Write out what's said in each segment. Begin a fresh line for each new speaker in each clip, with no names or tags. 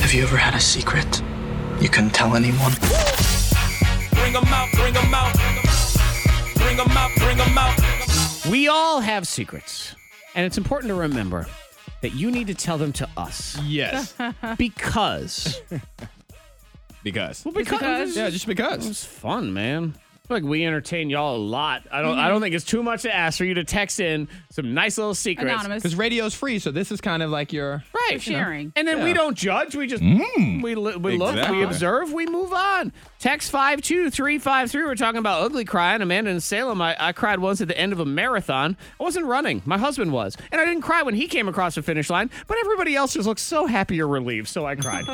Have you ever had a secret you couldn't tell anyone?
Bring 'em out, bring 'em out. Bring 'em out, bring 'em out.
We all have secrets, and it's important to remember that you need to tell them to us
Yes.
because
because.
well, because,
because-
Yeah, just because.
it's fun, man. Like we entertain y'all a lot. I don't. I
Mm-hmm.
don't think it's too much to ask for you to text in some nice little secrets.
Anonymous.
Because radio's free, so this is kind of like your.
Right,
For sharing.
and then we don't judge. We just we li- we look, we
Exactly.
observe, we move on. Text five two three five three. We're talking about ugly crying. Amanda in Salem. I, I cried once at the end of a marathon. I wasn't running. My husband was, and I didn't cry when he came across the finish line. But everybody else just looked so happy or relieved, so I cried.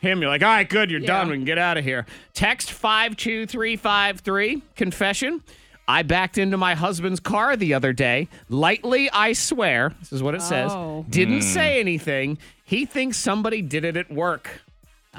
Him, you're like, all right, good, you're done. We can get out of here. Text five two three five three. Confession. I backed into my husband's car the other day. Lightly, I swear. This is what it
Oh.
says. Didn't say anything. He thinks somebody did it at work.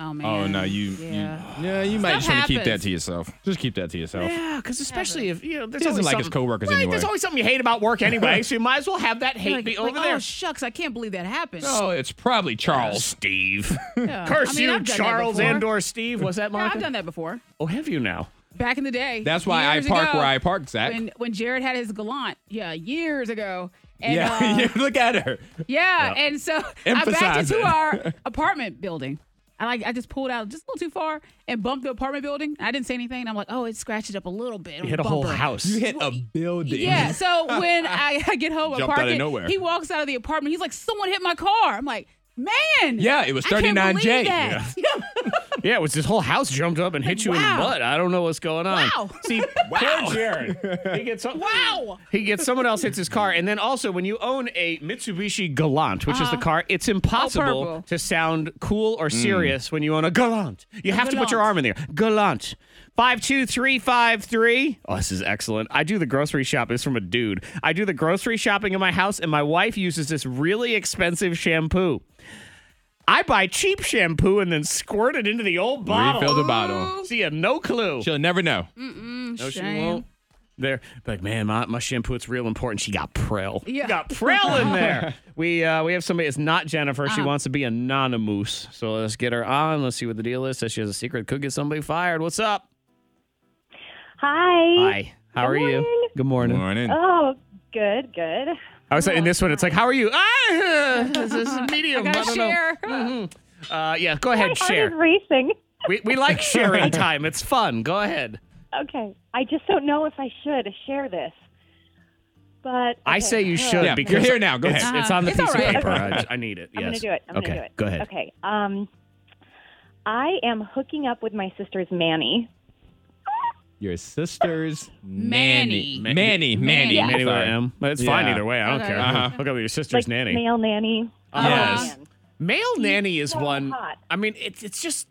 Oh man.
Oh no, you.
Yeah.
You, yeah, you might
Stuff
just want to keep that
happens.
to yourself. Just keep that to yourself.
Yeah, because especially if you know, there's
He doesn't
always
like his
something-
coworkers
right,
anyway.
There's always something you hate about work anyway, so you might as well have that hate
Like,
be
like,
over there.
Oh shucks, I can't believe that happened.
Oh, it's probably Charles.
Steve,
Yeah.
curse
I mean,
you,
I've done that
Charles
before.
and/or Steve. Was that
Yeah,
Monica?
I've done that before.
Oh, have you now?
Back in the day.
That's why I
years
park
ago,
where I park, Zach.
When when Jared had his gallant, yeah, years ago. And,
yeah,
uh,
yeah, look at her.
Yeah, and so I backed
Emphasize
into
it.
our apartment building. I like I just pulled out just a little too far and bumped the apartment building. I didn't say anything. I'm like, oh, it scratched it up a little bit. on
You hit a
the
whole
bumper.
house.
You hit a building.
Yeah. So when I, I get home, I
Jumped
park
out of
it,
nowhere.
He walks out of the apartment. He's like, someone hit my car. I'm like, man.
Yeah, it was
I can't
39J.
believe that.
Yeah, it was his whole house jumped up and hit you in the
Wow.
butt. I don't know what's going on.
Wow.
See, poor Jared. He gets
Wow.
He gets someone else hits his car, and then also when you own a Mitsubishi Galant, which is the car, it's impossible
Uh-huh. Oh, purple.
to sound cool or serious when you own a Galant. You have to put your
Galant.
arm in there. Galant. Five two three five three. Oh, this is excellent. I do the grocery shopping. It's from a dude. I do the grocery shopping in my house, and my wife uses this really expensive shampoo. I buy cheap shampoo and then squirt it into the old bottle.
Refill the
Oh.
bottle.
See, you no clue.
She'll never know.
Mm.
No, she
Shame.
won't. There, like, man, my, my shampoo, it's real important. She got Prel.
Yeah.
Got Prel in there. we uh, we have somebody, it's not Jennifer. She wants to be anonymous. So let's get her on. Let's see what the deal is. Says she has a secret, could get somebody fired. What's up?
Hi.
Hi. How are you? Good morning.
Morning.
Oh, good, good.
I was like, in this one, it's like, how are you? Ah, this is medium. I,
Gotta
don't
share.
know. Uh, yeah, go ahead,
Heart is
share.
racing.
We, we like sharing time. It's fun. Go ahead.
Okay, I just don't know if I should share this, but
I
okay,
say you
uh,
should
Yeah,
because
you're here now. Go
it's,
ahead.
it's on the
It's all
piece of
right.
paper. I, I need it.
I'm
yes.
gonna do it. I'm
okay,
gonna do it.
go ahead.
Okay. Um, I am hooking up with my sister's Manny.
Your sister's Manny.
Manny.
Manny. Manny.
Manny. Yeah.
Manny with an M. But It's fine
Yeah.
either way. I don't
Okay.
care.
Uh-huh.
Look up your sister's
like
nanny.
Male nanny.
Yes.
Man.
Male nanny is
so
one.
hot.
I mean, it's it's just.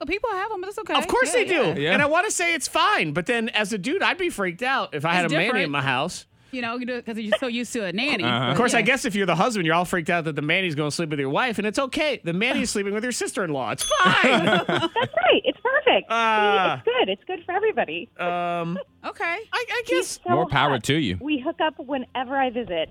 Well, people have them, but it's okay.
Of course
Yeah,
they do,
yeah.
Yeah.
and I want to say it's fine. But then, as a dude, I'd be freaked out if I had
It's
a manny
different.
in my house.
You know, because you're so used to a nanny.
Uh-huh.
Of course, I
Yeah.
guess if you're the husband, you're all freaked out that the manny's going to sleep with your wife, and it's okay. The manny's sleeping with your sister-in-law. It's fine.
That's right. It's perfect. See,
Ah.
it's good. It's good for everybody.
um,
Okay.
I, I guess.
So
More power
hot.
to you.
We hook up whenever I
Okay,
visit.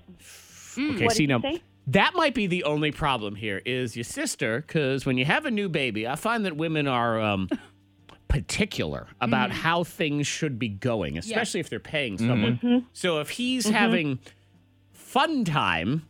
Hmm, What did
see
you
now,
say?
that might be the only problem here is your sister, because when you have a new baby, I find that women are um, particular about
Mm-hmm.
how things should be going, especially if they're paying someone.
Mm-hmm.
So if he's having fun time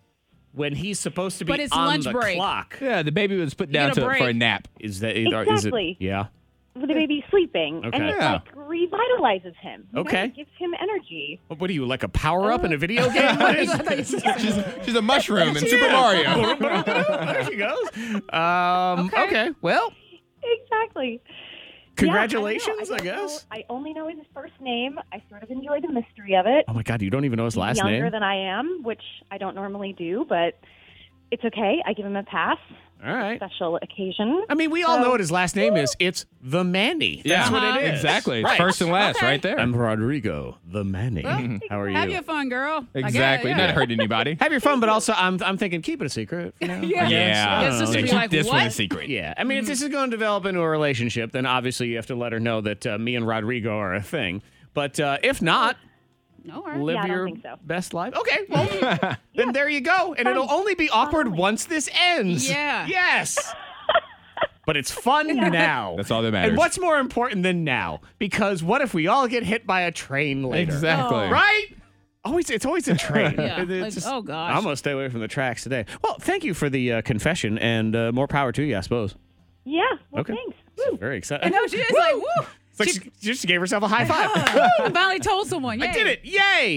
when he's supposed to be
But it's
on
lunch
the
break.
clock,
Yeah, the baby was put down
get a
to, for a
break.
nap.
is that is it- is it-
Exactly.
Yeah.
The baby's sleeping, and
Okay.
it
Yeah.
like revitalizes him. you know?
Okay.
It gives him energy.
What what are you like a power up in a video game? What is-
She's, she's a mushroom in Super Mario.
there she goes. Um, okay.
Okay.
Well,
Exactly. Yeah, I don't know.
congratulations, I,
don't know-
guess.
I only know his first name. I sort of enjoy the mystery of it.
Oh my God, you don't even know his
He's
last
younger
name.
than I am, which I don't normally do, but it's okay. I give him a pass.
All right.
Special occasion.
I mean, we all
So-
know what his last name is. It's the Manny. That's what it is.
Exactly. It's
Right.
First and last,
Okay.
right there.
I'm Rodrigo the Manny. How are you?
Have your fun, girl. I guess,
exactly.
yeah.
Not hurt anybody.
Have your fun, but also I'm I'm thinking keep it a secret. you know?
Yeah.
I don't know.
It's just
Yeah,
to be
keep
like,
this
what?
one a secret.
Yeah, I mean, if this is going to develop into a relationship, then obviously you have to let her know that uh, me and Rodrigo are a thing. But uh, if not,
No, all right.
live
Yeah, I don't
your
think so.
best life. Okay, well, then there you go, and it'll only be awkward once this ends.
Yeah.
Yes. but it's fun now.
That's all that matters.
And what's more important than now? Because what if we all get hit by a train later?
Exactly.
Oh.
Right? Always, it's always a train.
Yeah,
It- it's
like, oh, gosh.
I'm gonna stay away from the tracks today. Well, thank you for the uh, confession, and uh, more power to you, I suppose.
Yeah. Well,
Okay.
thanks.
So very excited.
And no, she is like, woo.
It's like she, she just gave herself a high five.
Finally told someone.
I
Yay.
did it! Yay!